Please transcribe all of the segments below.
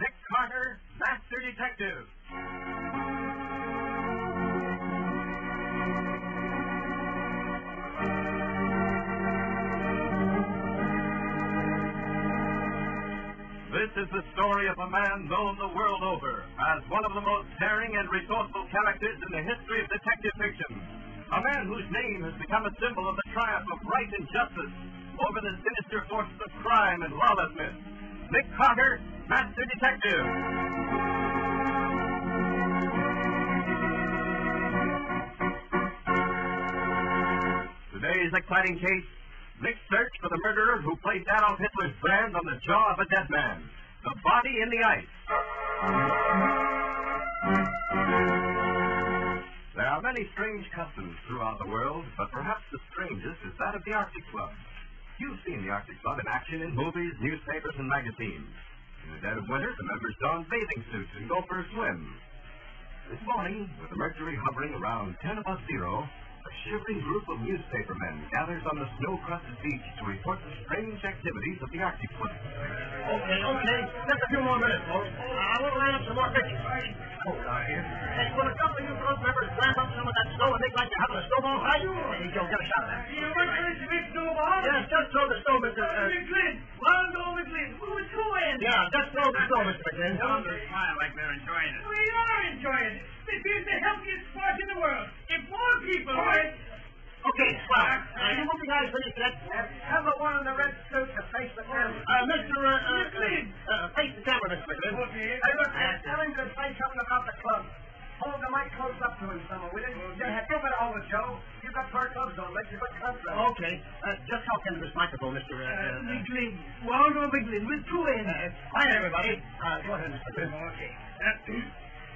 Nick Carter, Master Detective. This is the story of a man known the world over as one of the most daring and resourceful characters in the history of detective fiction. A man whose name has become a symbol of the triumph of right and justice over the sinister forces of crime and lawlessness. Nick Carter, Master Detective. Today's exciting case Nick's search for the murderer who placed Adolf Hitler's brand on the jaw of a dead man. The body in the ice. There are many strange customs throughout the world, but perhaps the strangest is that of the Arctic Club. You've seen the Arctic Club in action in movies, newspapers, and magazines. In the dead of winter, the members don bathing suits and go for a swim. This morning, with the mercury hovering around 10 above zero, a shivering group of newspapermen gathers on the snow-crusted beach to report the strange activities of the Arctic Club. Okay, okay. Just a few more minutes, folks. I want to line up some more pictures. Oh, out here. Hey, will a couple of you front members grab up some of that snow and make like you're having a snowball fight? Hey, Joe, get a shot at You want to make snowball? Yes, just throw the snow, Mr. Uh, McGlynn. Round over McGlynn. Who was who in? Yeah, just throw the snow, Mr. McGlynn. Don't smile like they're enjoying it. We are enjoying it. This is the healthiest sport in the world. If more people were... Okay, stop. Uh, you won't be guys finished yet. Have the one in the red suit to face the camera. Uh, Mr. Uh, uh, uh, uh, face the camera, Mr. McGlynn. Okay. Hey, look, uh, tell him to say something about the club. Hold the mic close up to him, Summer, will you? Yeah, give it over, Joe. You've got fur gloves on, let you look comfortable. Okay. Uh, just talk into this microphone, Mr. Uh, uh, McGlynn. Waldo McGlynn with two ends. Quiet, everybody. Uh, go ahead, Mr. McGlynn. Okay. Uh,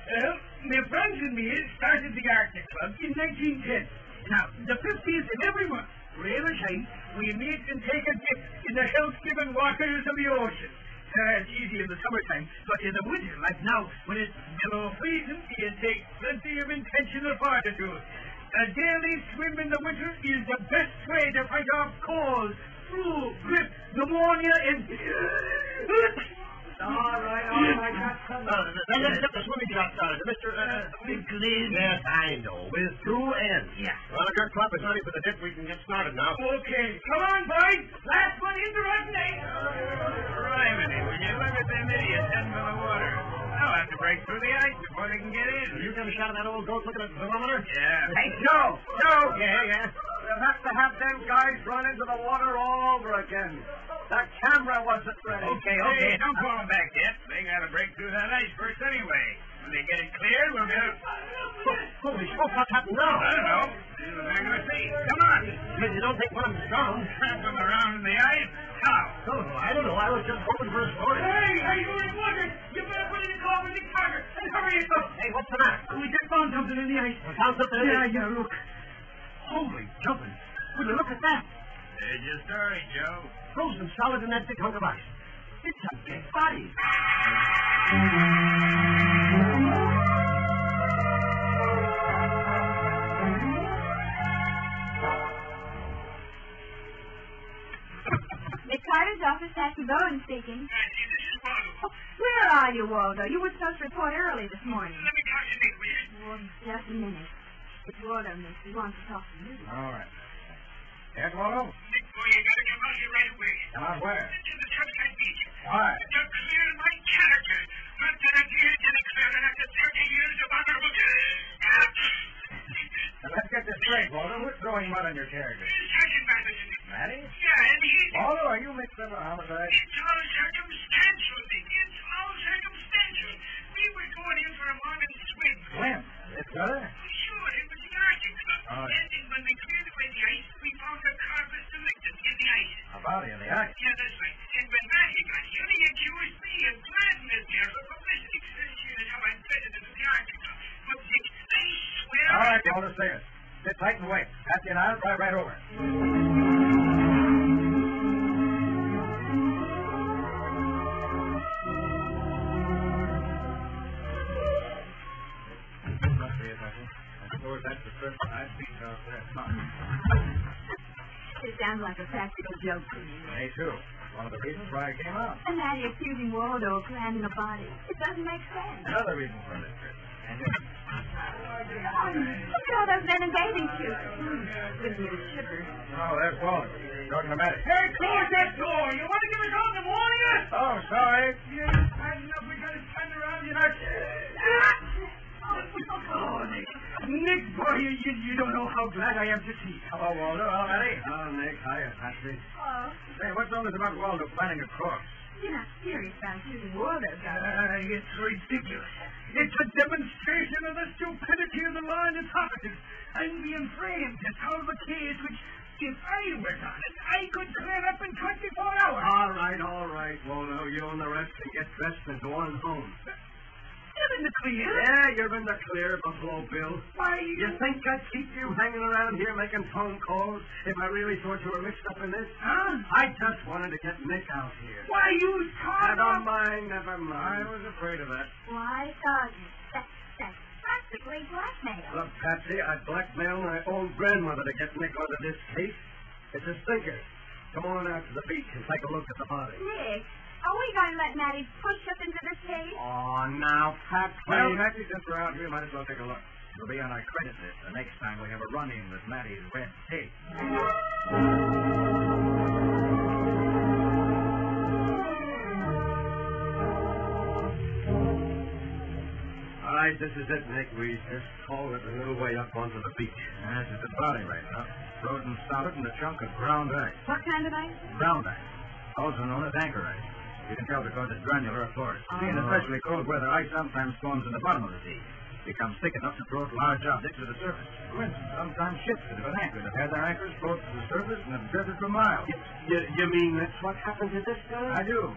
well, my friends and me started the Arctic Club in 1910. Now, the 50th of every month, we every time we meet and take a dip in the health-giving waters of the ocean. Uh, it's easy in the summertime, but in the winter, like now, when it's below freezing, it takes plenty of intentional fortitude. A daily swim in the winter is the best way to fight off cold, flu, grip, pneumonia, and... All right, all right, I got some. Uh, now, let's get this swimming job started. Mr. Uh, McLean. Yes, I know. With two ends. Yeah. Well, if your club is ready for the dip, we can get started now. Okay, come on, boys. Last one in the right lane. Blimey, will you look at them idiots heading for the water? They'll have to break through the ice before they can get in. You got a shot at that old goat looking at the thermometer? Yeah. Hey, Joe! Joe! Yeah, yeah. You'll have to have them guys run into the water all over again. The camera wasn't ready. Okay, okay. Hey, don't pull them back yet. They gotta break through that ice first anyway. When they get it cleared, we'll be able Holy smoke, what happened now? I don't know. This is not gonna see. Come on. You you don't think one of them's drowned? Trap them around in the ice. How? No, no, I don't know. I was just hoping for a story. Hey, are you in water? You better put in a call with Nick Carter. And hurry it up. Hey, what's the matter? We just found something in the ice. Found something in Yeah, it? yeah, look. Holy jumping. Would you look at that? There's your story, Joe. Frozen solid in that big hunk of ice. It's a dead body. Nick Carter's office, Patsy Bowen speaking. Where are you, Waldo? You were supposed to report early this morning. Let me talk to Nick, will you? Oh, just a minute. It's Waldo, miss. He wants to talk to you. All right. Yes, Waldo? Nick, boy, you gotta come out here right away. Come out where? To the Turkside Beach. Why? You're clearing my character. Not that I'm here to declare that after 30 years of honorable... Now, let's get this straight, Waldo. We're throwing mud on your character. Sergeant Madison. Matty? Yeah, and he's... Waldo, are you mixed up in a homicide? It's all circumstantial, Nick. It's all circumstantial. We were going in for a morning swim. When? This weather? Sure, it was an Arctic club. All right. And then when they cleared away the ice, we found the carcass delicted in the ice. A body in the ice. Yeah, that's right. And when Matthew got here, he accused me of gladness. called us there. Sit tight and wait. Patsy and I'll drive right over. Must be it, I think. I suppose that's the first I've seen out there. It sounds like a practical joke to me. Me too. One of the reasons why I came out. And now you're accusing Waldo of planning a body. It doesn't make sense. Another reason for this trip. And you Oh, look at all those men in bathing suits. Mm, Gives me the shivers. Oh, there's Walter. Talking to Matty. Hey, close that door. You want to give us all the warning? Oh, sorry. Yes, I know we got to stand around, you know. Oh, Nick. Nick, boy, you, you, you don't know how glad I am to see you. Hello, Waldo. Hello, Matty. Hello, Nick. Hiya, Patsy. Oh, Say, what's all this about Waldo planning a cross? you're not serious about accusing Waldo, darling. Uh, it's ridiculous. It's a demonstration of the stupidity of the law and its officers. I'm being framed to solve a case which, if I were on it, I could clear up in 24 hours. All right, all right, Waldo. You and the rest can get dressed and go on home. You're in the clear. Yeah, you're in the clear, Buffalo Bill. Why, You think I'd keep you hanging around here making phone calls if I really thought you were mixed up in this? Huh? I just wanted to get Nick out here. Why, you I talk don't mind, never mind. I was afraid of that. Why, Sergeant? That, that's practically blackmail. Look, Patsy, I blackmailed my old grandmother to get Nick out of this case. It's a stinker. Come on out to the beach and take a look at the body. Nick, are we going to let Matty push us into this case? Oh, now, Patsy. Well, Patsy, since we're out here, might as well take a look. It'll be on our credit list the next time we have a run-in with Maddie's red tape. All right, this is it, Nick. We just hauled it a little way up onto the beach. This is the body right now. Rodent started in a chunk of ground ice. What kind of ice? Ground ice, also known as anchor ice. You can tell because it's granular, of course. In especially cold weather, ice sometimes forms in the bottom of the sea. It becomes thick enough to float large objects to the surface. For instance, sometimes ships that have been anchored have had their anchors float to the surface and have drifted for miles. You, you mean that's what happened to this guy? I do.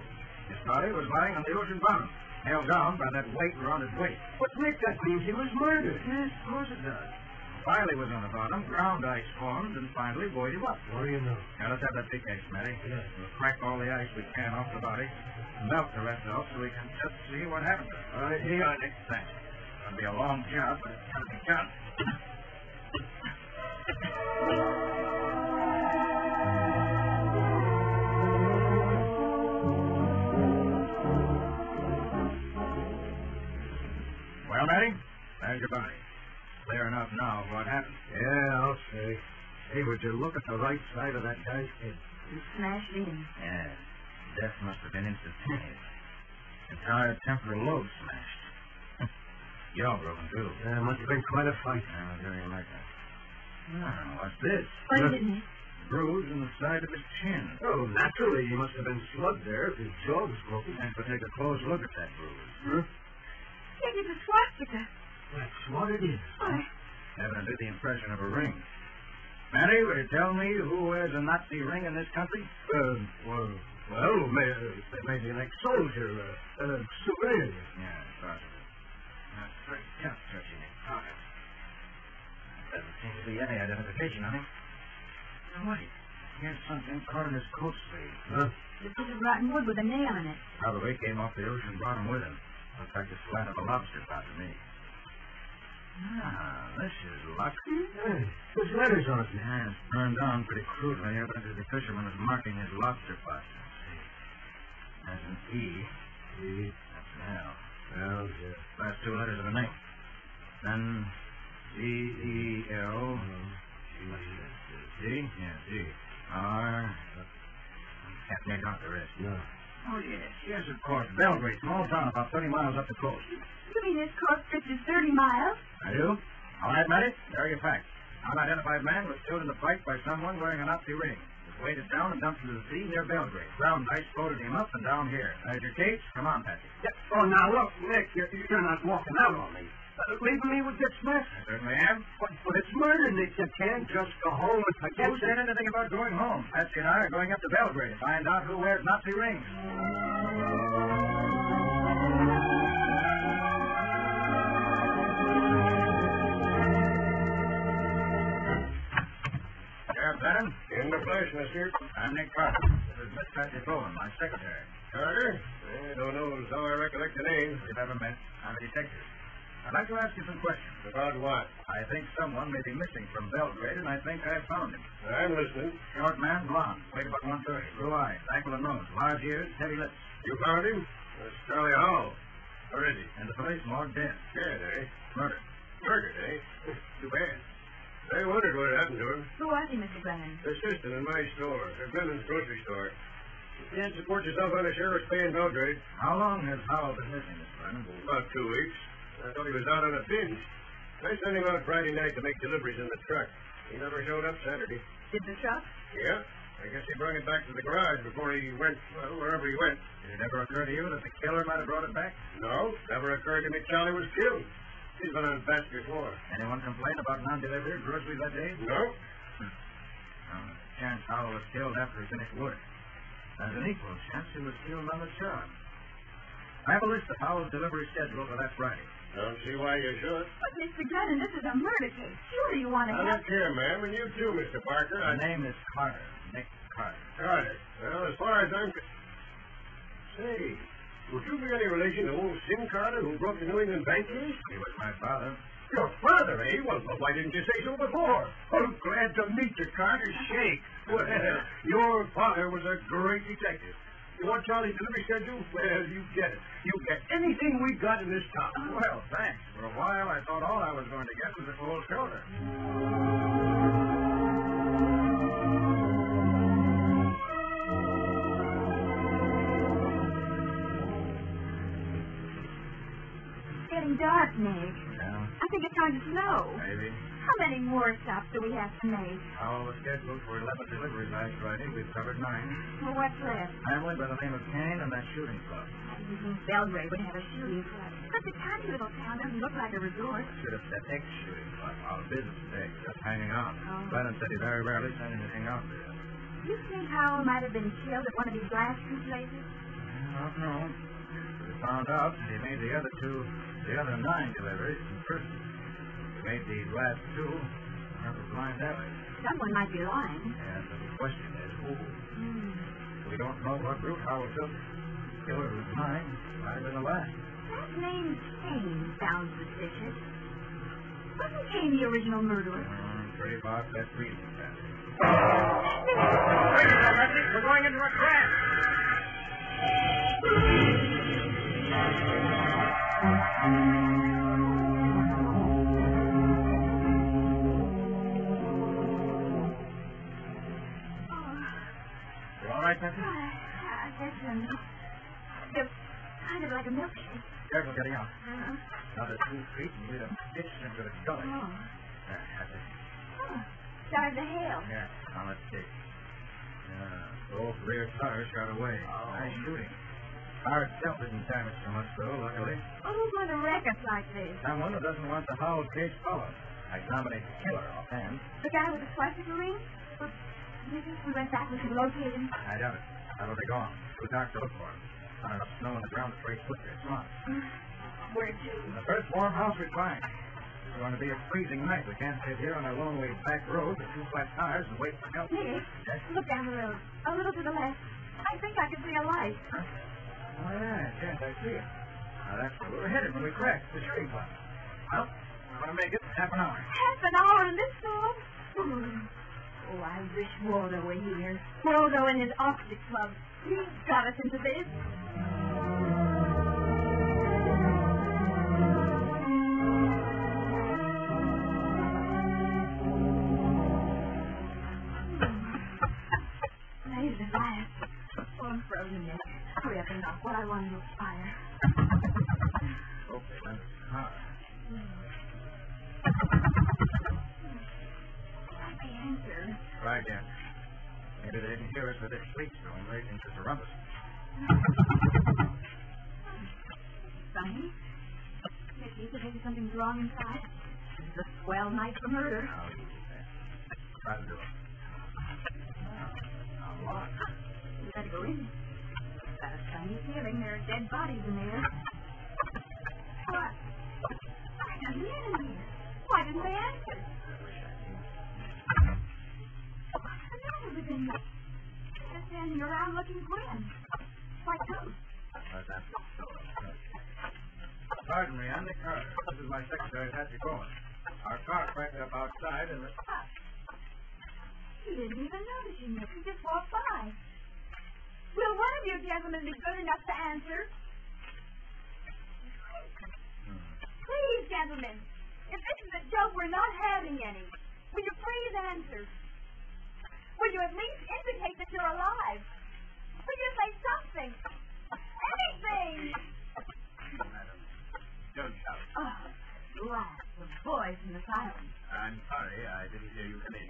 His body was lying on the ocean bottom, held down by that weight around his waist. But Nick, that means he was murdered. Yes, of course it does. While he was on the bottom, ground ice formed and finally buoyed him up. What do you know? Now, let's have that pickaxe, Matty. Yes. We'll crack all the ice we can off the body, melt the rest off so we can just see what happened to it. All right, here. Nick, thanks. It'll be a long job, but it's gonna be done. Well, Matty, there's your body. Clear enough now of what happened. Yeah, I'll say. Hey, would you look at the right side of that guy's head? You smashed in. Yeah. Death must have been instantaneous. Entire temporal lobe smashed. Jaw broken, too. Yeah, must have been quite a fight. I was very like that. Ah, what's this? Nick? bruise in the side of his chin. Oh, naturally, he must have been slugged there if his jaw was broken. And to take a close look at that bruise. Huh? It is a swastika. That's what it is. Why, Evidently the impression of a ring. Matty, will you tell me who wears a Nazi ring in this country? Uh, well, well maybe an ex-soldier, uh, uh, civilian. Yeah, possibly. Now, search, yeah, search in his pockets. Uh, Doesn't seem to be any identification on him. Now, wait. Here's something caught in his coat sleeve. Huh? the piece of rotten wood with a nail in it. Probably came off the ocean bottom with him. Looks like the slat of a lobster pot to me. Ah, this is luck. Hey, there's letters on it. Yeah, it's burned on pretty crudely. Evidently, the fisherman is marking his lobster pot. Let's see. That's an E. E. That's an L. L, yeah. Last two letters of the name. Then G E L. Mm-hmm. G. Yeah, G. R. Can't make out the rest. No. Oh, yes, yes, of course. Belgrade, small town about 30 miles up the coast. You mean this cross stretches 30 miles? I do? All right, Matty, there are your facts. Unidentified man was killed in the fight by someone wearing an Nazi ring. Was weighted down and dumped into the sea near Belgrade. Ground ice floated him up and down here. There's your case. Come on, Patsy. Oh, now, look, Nick, you're, you're not walking out on me. Uh, leaving me with this mess. I certainly am. But, but it's murder, Nick. You can't just go home and forget Who said anything about going home? Patsy and I are going up to Belgrade to find out who wears Nazi rings. Bush, mister. I'm Nick Carter. This is Miss Patsy Bowen, my secretary. Carter? I don't know as how I recollect the name. We've never met. I'm a detective. I'd like to ask you some questions. About what? I think someone may be missing from Belgrade, and I think I've found him. I'm listening. Short man, blonde, weight about 130, blue eyes, aquiline nose, large ears, heavy lips. You found him? That's Charlie Howell. Where is he? In the police morgue, dead. Dead, eh? Murdered. Murdered, eh? Too bad. I wondered what happened to him. Who was he, Mr. Brennan? Assistant in my store, at Brennan's grocery store. You can't support yourself on a sheriff's pay in Belgrade. How long has Howell been missing, Mr. Brennan? About two weeks. I thought he was out on a binge. I sent him out Friday night to make deliveries in the truck. He never showed up Saturday. Did the truck? Yeah? I guess he brought it back to the garage before he went, well, wherever he went. Did it ever occur to you that the killer might have brought it back? No. Never occurred to me Charlie was killed. He's been on bats before. Anyone complain about non-delivered groceries that day? No. Well, the chance Howell was killed after he finished work. There's an equal chance he was killed on the job. I have a list of Howell's delivery schedule for that Friday. Don't see why you should. But, Mr. Brennan, this is a murder case. Sure you want to I help. don't care, ma'am, and you too, Mr. Parker. My name is Carter, Nick Carter. Carter. Well, as far as I'm... con- Say, would you be any relation to old Sim Carter who broke the New England bank case? He was my father. Your father, eh? Well, well, why didn't you say so before? I'm Oh, glad to meet you, Carter. Shake. Well, your father was a great detective. You want Charlie's delivery schedule? Well, you get it. You get anything we got in this town. Well, thanks. For a while, I thought all I was going to get was a cold shoulder. It's getting dark, Nick. Yeah, I think it's time to slow. maybe. How many more stops do we have to make? All was scheduled for 11 deliveries last Friday. We've covered nine. Well, what's left? Family by the name of Kane and that shooting club. You think Belgrade would have a shooting club? But the tiny little town doesn't look like a resort. Should have said ex-shooting club. Our business day. Just hanging out. Oh. Brennan said he very rarely sent anything out there. Do you think Howell might have been killed at one of these last two places? I don't know. We found out that he made the other two, the other nine deliveries in prison. He made these last two out of blind alley. Someone might be lying. And the question is who? We don't know what route Howell took. Killer was mine. I've been alive. That name Kane sounds suspicious. Wasn't Kane the original murderer? Pretty about that reason, Patsy. We're going into a crash. You all right, Patsy? I guess um, they're kind of like a milkshake. Careful getting out. Uh-huh. Not a two feet and we'd have ditched into the gully. Oh. Yeah, Patsy. oh. Started the hail. Yeah, now let's see. Yeah, both rear tires got away. Oh. Nice shooting. Car itself isn't damaged so much, though, luckily. Oh, who going to wreck us like this? Someone who doesn't want the whole case followed. I nominate the killer offhand. The guy with the swastika ring? Well, you think we went back, we could locate him. I doubt it. How will they go on? Too dark to look for him. Not enough snow on the ground to trace footprints. Come on. Where to? In the first warm house we find. It's going to be a freezing night. We can't sit here on a lonely back road with two flat tires and wait for help. Nick, Yes? look down the road. A little to the left. I think I can see a light. Oh, yeah, yes, I see it. Now, that's where we're headed when we crash the shooting club. Well, we're going to make it in half an hour. Half an hour in this storm? Oh, I wish Waldo were here. Waldo and his Oxford Club. He got us into this. Raise the glass. Oh, I'm frozen yet. Hurry up and knock. What I want is a fire. Okay, that's hard. Can't they answer? Try again. Maybe they didn't hear us with their sleep storm raging to surround us. Sonny? Nick, do you think something's wrong inside? This is a swell night for murder. Now, you do that. Try to do it. Now, now lock. We better go in. Got a funny feeling there are dead bodies in there. What? Why are they in here? Why didn't they answer? What's the matter with them? Pardon me, I'm Nick Carter. This is my secretary, Patrick Cohen. Our car cracked up outside and... You didn't even notice you, Nick. You just walked by. Will one of you gentlemen be good enough to answer? Please, gentlemen, if this is a joke, we're not having any. Will you please answer? Will you at least indicate that you're alive? Will you say something? Anything? Madam, don't shout. Oh, blast the boys in the silence. I'm sorry, I didn't hear you come in.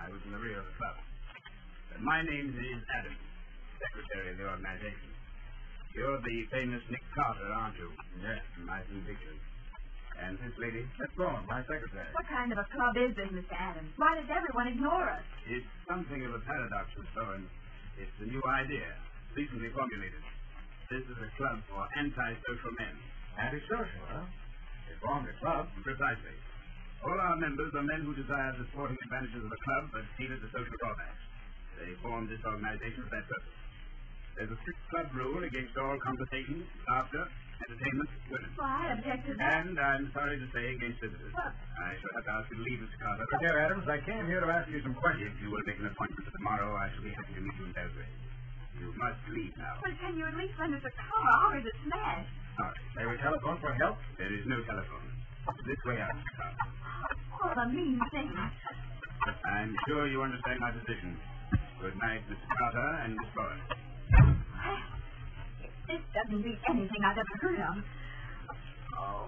I was in the rear of the club. But my name is Adams, secretary of the organization. You're the famous Nick Carter, aren't you? Yes, my two pictures. And this lady, Miss Bourne, my secretary. What kind of a club is this, Mr. Adams? Why does everyone ignore us? It's something of a paradox of Bowen. It's a new idea, recently formulated. This is a club for antisocial men. Antisocial, huh? They formed a club? Precisely. All our members are men who desire the sporting advantages of a club but feel it the social drawbacks. They formed this organization for that purpose. There's a strict club rule against all conversations, laughter, entertainment, women. Well, I object to that. And I'm sorry to say against visitors. What? I shall have to ask you to leave, Mr. Carter. But here, Adams, I came here to ask you some questions. If you will make an appointment for tomorrow, I shall be happy to meet you in Belgrade. You must leave now. Well, can you at least lend us a car? Ours is smashed. Sorry. May we telephone for help? There is no telephone. This way out, Mr. Carter. What a mean thing. I'm sure you understand my position. Good night, Mr. Carter and Miss Bowen. This Eh, doesn't beat anything I've ever heard of. Oh,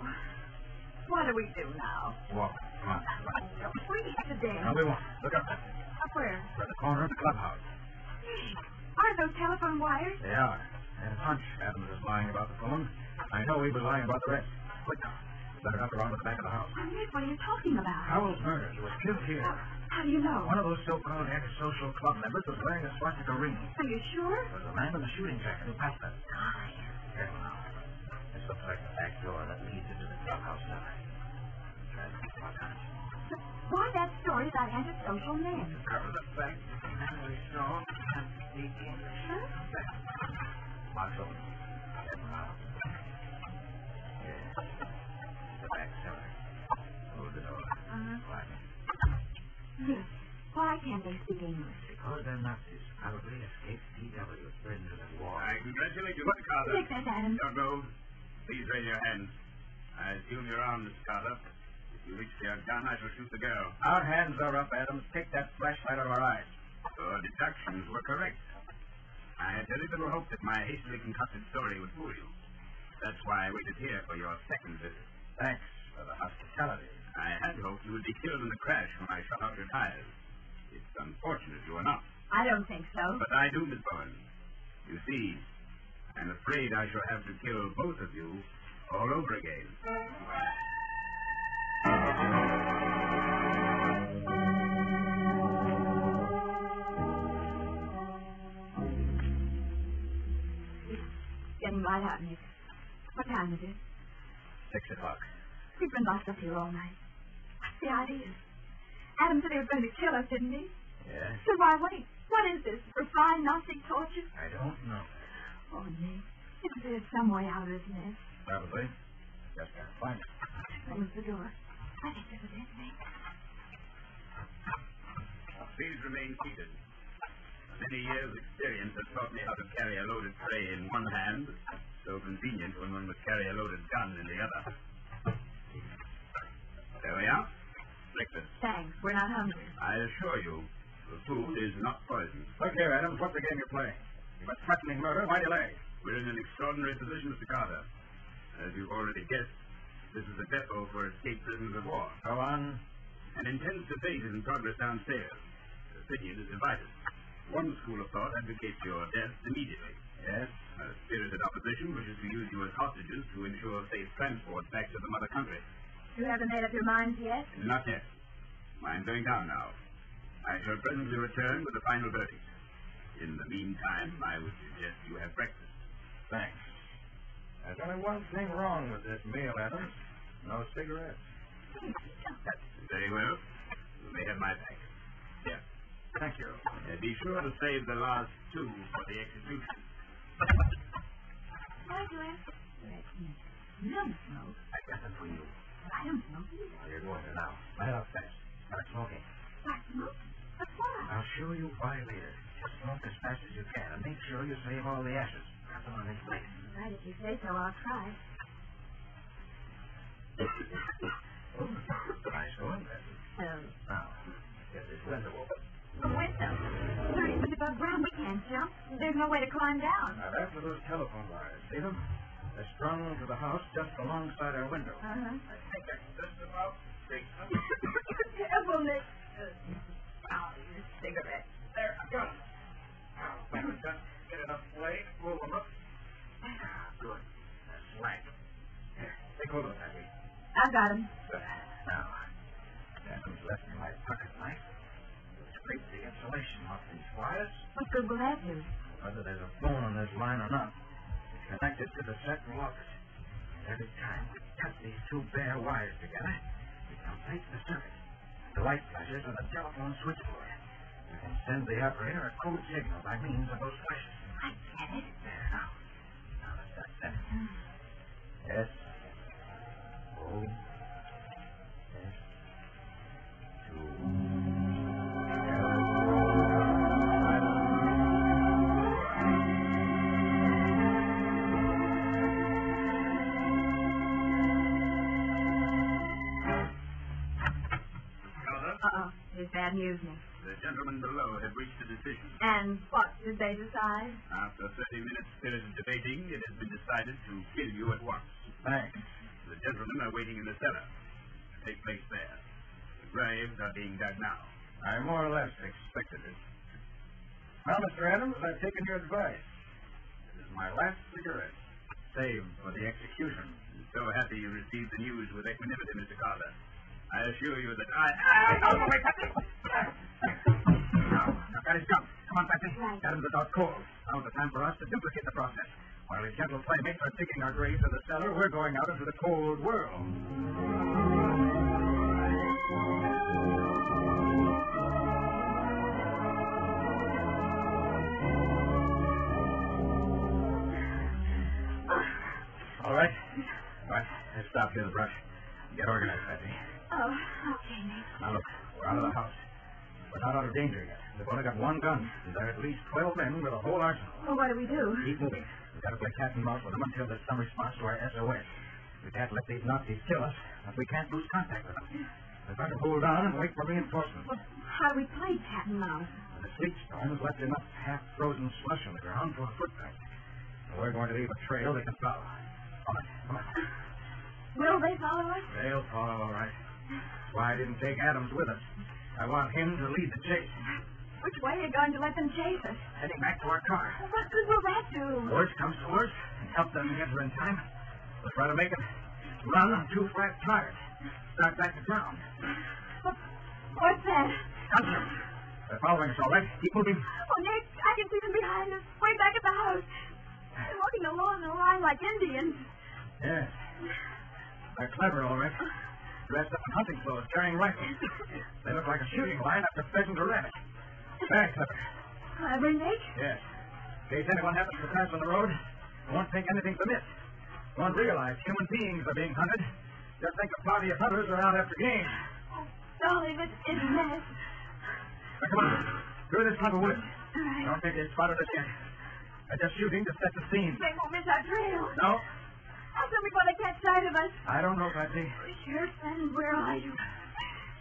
what do we do now? Walk. Come on. Free today. No, we won't. Look up. Where? We're at the corner of the clubhouse. Aren't those telephone wires? They are. And hunch Adams is lying about the phone. I know he was lying about the rest. Quick now. Better up around the back of the house. Oh, Nick, what are you talking about? Howell's murdered. He was killed here. How do you know? One of those so-called antisocial club members was wearing a swastika ring. Are you sure? There's a man in a shooting jacket who passed us. Here now. This looks like the back door that leads into the clubhouse now. Try to get my gun. Why that story about antisocial men? Cover the back. And we saw and sneak in. Huh? Box open. Yes. The back cellar. Close the door. Uh-huh. Quiet. Nick, why can't they speak English? Because they're Nazis. Probably escaped DW friend of the war. I congratulate you, Mr. Nick, that's Adams. Don't go. Please raise your hands. I assume you're armed, Miss Carter. If you reach for your gun, I shall shoot the girl. Our hands are up, Adams. Take that flashlight out of our eyes. Your deductions were correct. I had very little hope that my hastily concocted story would fool you. That's why I waited here for your second visit. Thanks for the hospitality. I had hoped you would be killed in the crash when I shot out your tires. It's unfortunate you were not. I don't think so. But I do, Miss Bowen. You see, I'm afraid I shall have to kill both of you all over again. Getting right out, Nick. What time is it? Six o'clock. We've been locked up here all night. What's the idea? Adam said he was going to kill us, didn't he? Yes? So why wait? What is this? Refined Nazi torture? I don't know. Oh, Nick, if there's some way out of this mess, Probably. Just gotta find it. close the door. I think there's a dead man. Please remain seated. Many years' experience has taught me how to carry a loaded tray in one hand, so convenient when one must carry a loaded gun in the other. There we are. Breakfast. Thanks, we're not hungry. I assure you, the food is not poisoned. Look here, Adams, what's the game you're playing? You must threatening murder. Why delay? We're in an extraordinary position, Mr. Carter. As you've already guessed, this is a depot for escaped prisoners of war. Go on. An intense debate is in progress downstairs. Opinion is divided. One school of thought advocates your death immediately. Yes. A spirited opposition wishes to use you as hostages to ensure safe transport back to the mother country. You haven't made up your minds yet? Not yet. I'm going down now. I shall presently return with the final verdict. In the meantime, I would suggest you have breakfast. Thanks. There's only one thing wrong with this meal, Adams. No cigarettes. Very well. You may have my pack. Yeah. Thank you. be sure to save the last two for the execution. Hi, Glenn. You don't smoke. I got them for you. I don't smoke either. Well, you're going to now. Right up fast. Start smoking. Start smoking? But why? I'll show you why later. Just smoke as fast as you can and make sure you save all the ashes. Got them on this plate. Right, if you say so, I'll try. Oh, nice going, Bessie. Um, Now, get this window open. a window. Thirty feet above ground, we can't jump. There's no way to climb down. Now, that's where those telephone wires. See them? They're strung onto the house just alongside our window. Uh-huh. I think I can just about break them. Careful, Miss. Uh, oh, your cigarette. There, I've got 'em. Now, wait a minute, just get enough play, roll them up. Ah, good. That's slack. Here, take hold of it, Maggie. I've got him. Good. Now, that comes left in my pocket knife. You'll scrape the insulation off these wires. What good will that do? Whether there's a phone on this line or not, it's connected to the set and lock it. Every time we cut these two bare wires together, it completes the circuit. The light flashes on the telephone switchboard. We can send the operator a code signal by means of those flashes. I get it. There now. Now let's start that. S O S two. Uh-oh. There's Uh-uh. bad news, Nick. The gentlemen below have reached a decision. And what did they decide? After 30 minutes spirited debating, it has been decided to kill you at once. Thanks. The gentlemen are waiting in the cellar. Take place there. The graves are being dug now. I more or less expected it. Well, Mr. Adams, I've taken your advice. This is my last cigarette, saved for the execution. I'm so happy you received the news with equanimity, Mr. Carter. I assure you that I... Ah, no, wait, Patsy. Now, now, that is jump. Come on, Patsy. Right. Adams is out cold. Now's the time for us to duplicate the process. While his gentle playmates are digging our graves in the cellar, we're going out into the cold world. All right. All right. Let's stop here in the brush. Get organized, Patsy. Oh, okay, Nick. Now look, we're out of the house. We're not out of danger yet. We've only got one gun. And there are at least twelve men with a whole arsenal. Well, what do we do? Keep moving. We've got to play cat and mouse with them until there's some response to our SOS. We can't let these Nazis kill us, but we can't lose contact with them. We've got to hold on and wait for reinforcements. Well, how do we play cat and mouse? The sleet storm has left enough half-frozen slush on the ground for a footprint. So we're going to leave a trail they can follow. Come on, come on. Will they follow us? They'll follow, all right. That's why I didn't take Adams with us. I want him to lead the chase. Which way are you going to let them chase us? Heading back to our car. Well, what good will that do? Worst comes to worst, and help them get her in time. We'll try to make it. Run on two flat tires. Start back to town. What, what's that? Come here. They're following us, all right. Keep moving. Oh, Nick, I can see them behind us, way back at the house. They're walking along the line like Indians. Yes. They're clever, all right. Dressed up in hunting clothes, carrying rifles. They look like a shooting line after pheasant or rabbit. Very clever. Clever, Nick? Yes. In case anyone happens to pass on the road, won't think anything's amiss. Won't realize human beings are being hunted. Just think a party of hunters are out after game. Oh, darling, it's, it's Ned. Now, come on. Through this clump of woods. All right. Don't think they spotted us yet. They're just shooting to set the scene. They won't miss our trail. No, How's everyone to catch sight of us? I don't know, Patsy. Sheriff Fenton, where are you?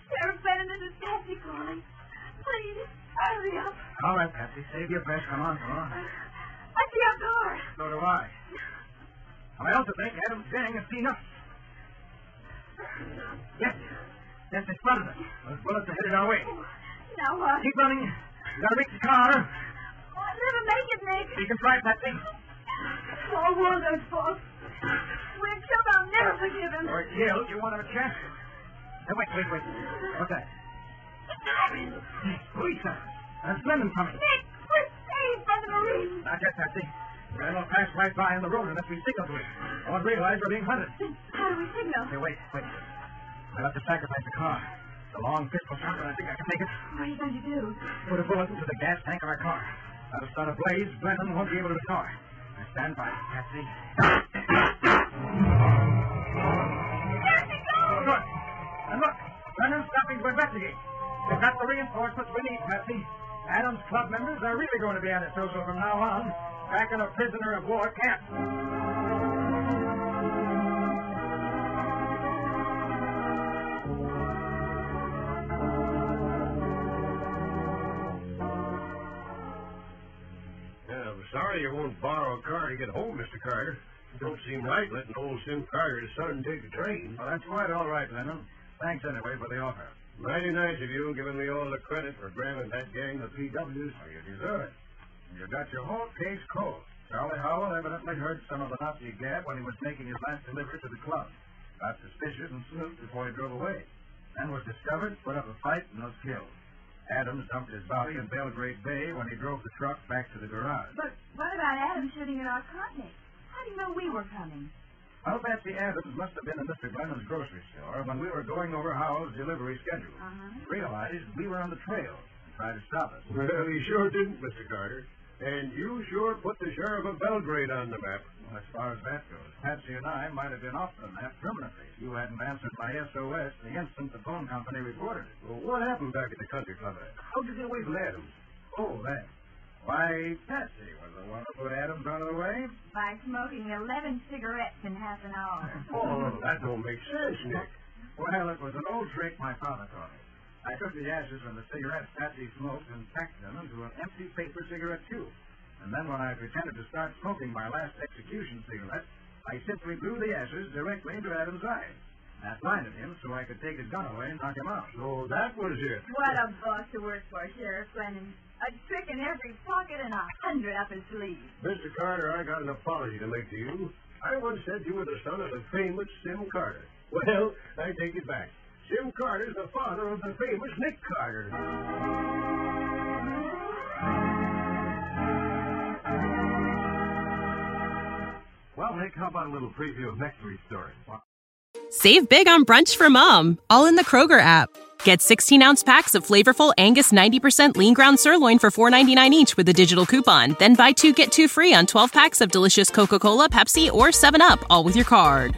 Sheriff Fenton, this is Patsy calling. Please, hurry up. All right, Patsy, save your best. Come on, come on. I see our car. So do I. I also think Adam's gang has seen us. Yes. Yes, they spotted us. Those bullets are headed our way. Now what? Keep running. You gotta reach the car. Oh, I'll never make it, Nick. You can try, Patsy. All war those folks. We're killed. I'll never forgive him. Or killed. You won't have a chance. Now, wait, wait, wait. What's that? Hey, police, sir. That's Brendan coming. Nick, we're saved by the Marines. Not yet, Patsy. We're going to pass right by on the road unless we signal to it. I won't realize we're being hunted. How do we signal? Hey, wait, wait. I'll have to sacrifice the car. It's a long pistol shot, but I think I can make it. What are you going to do? Put a bullet into the gas tank of our car. That'll start a blaze. Brennan won't be able to car. Now stand by, Patsy. you're going to be on a social from now on. Back in a prisoner of war camp. Yeah, I'm sorry you won't borrow a car to get home, Mr. Carter. It don't seem right letting old Sim Carter's son take the train. Well, that's quite all right, Lennon. Thanks anyway for the offer. Mighty nice of you giving me all the credit for grabbing that gang of PWs. Well, Oh, you deserve it. You got your whole case cold. Charlie Howell evidently heard some of the Nazi gab when he was making his last delivery to the club. Got suspicious and snooped before he drove away. Then was discovered, put up a fight, and was killed. Adams dumped his body in Belgrade Bay when he drove the truck back to the garage. But what about Adam shooting at our company? How do you know we were coming? I'll bet the Adams must have been in Mr. Glennon's grocery store when we were going over Howell's delivery schedule. Uh-huh. Realized we were on the trail and tried to stop us. Well, he sure didn't, Mr. Carter. And you sure put the sheriff of Belgrade on the map. Well, as far as that goes, Patsy and I might have been off the map permanently if you hadn't answered my SOS the instant the phone company reported it. Well, what happened back at the country club? How did you get away from Adams? Oh, that. Why, Patsy was the one who put Adams out of the way. By smoking 11 cigarettes in half an hour. Oh, that don't make sense, Nick. Well, it was an old trick my father taught me. I took the ashes from the cigarettes Patsy smoked and packed them into an empty paper cigarette tube. And then when I pretended to start smoking my last execution cigarette, I simply blew the ashes directly into Adam's eye. That blinded him so I could take his gun away and knock him out. So that was it. What a boss to work for, Sheriff Glennon. A trick in every pocket and a hundred up his sleeve. Mr. Carter, I got an apology to make to you. I once said you were the son of the famous Sim Carter. Well, I take it back. Sim Carter's the father of the famous Nick Carter. Well, Nick, how about a little preview of next week's story? Save big on brunch for mom, all in the Kroger app. Get 16 ounce packs of flavorful Angus 90% lean ground sirloin for $4.99 each with a digital coupon. Then buy two get two free on 12 packs of delicious Coca Cola, Pepsi, or 7UP, all with your card.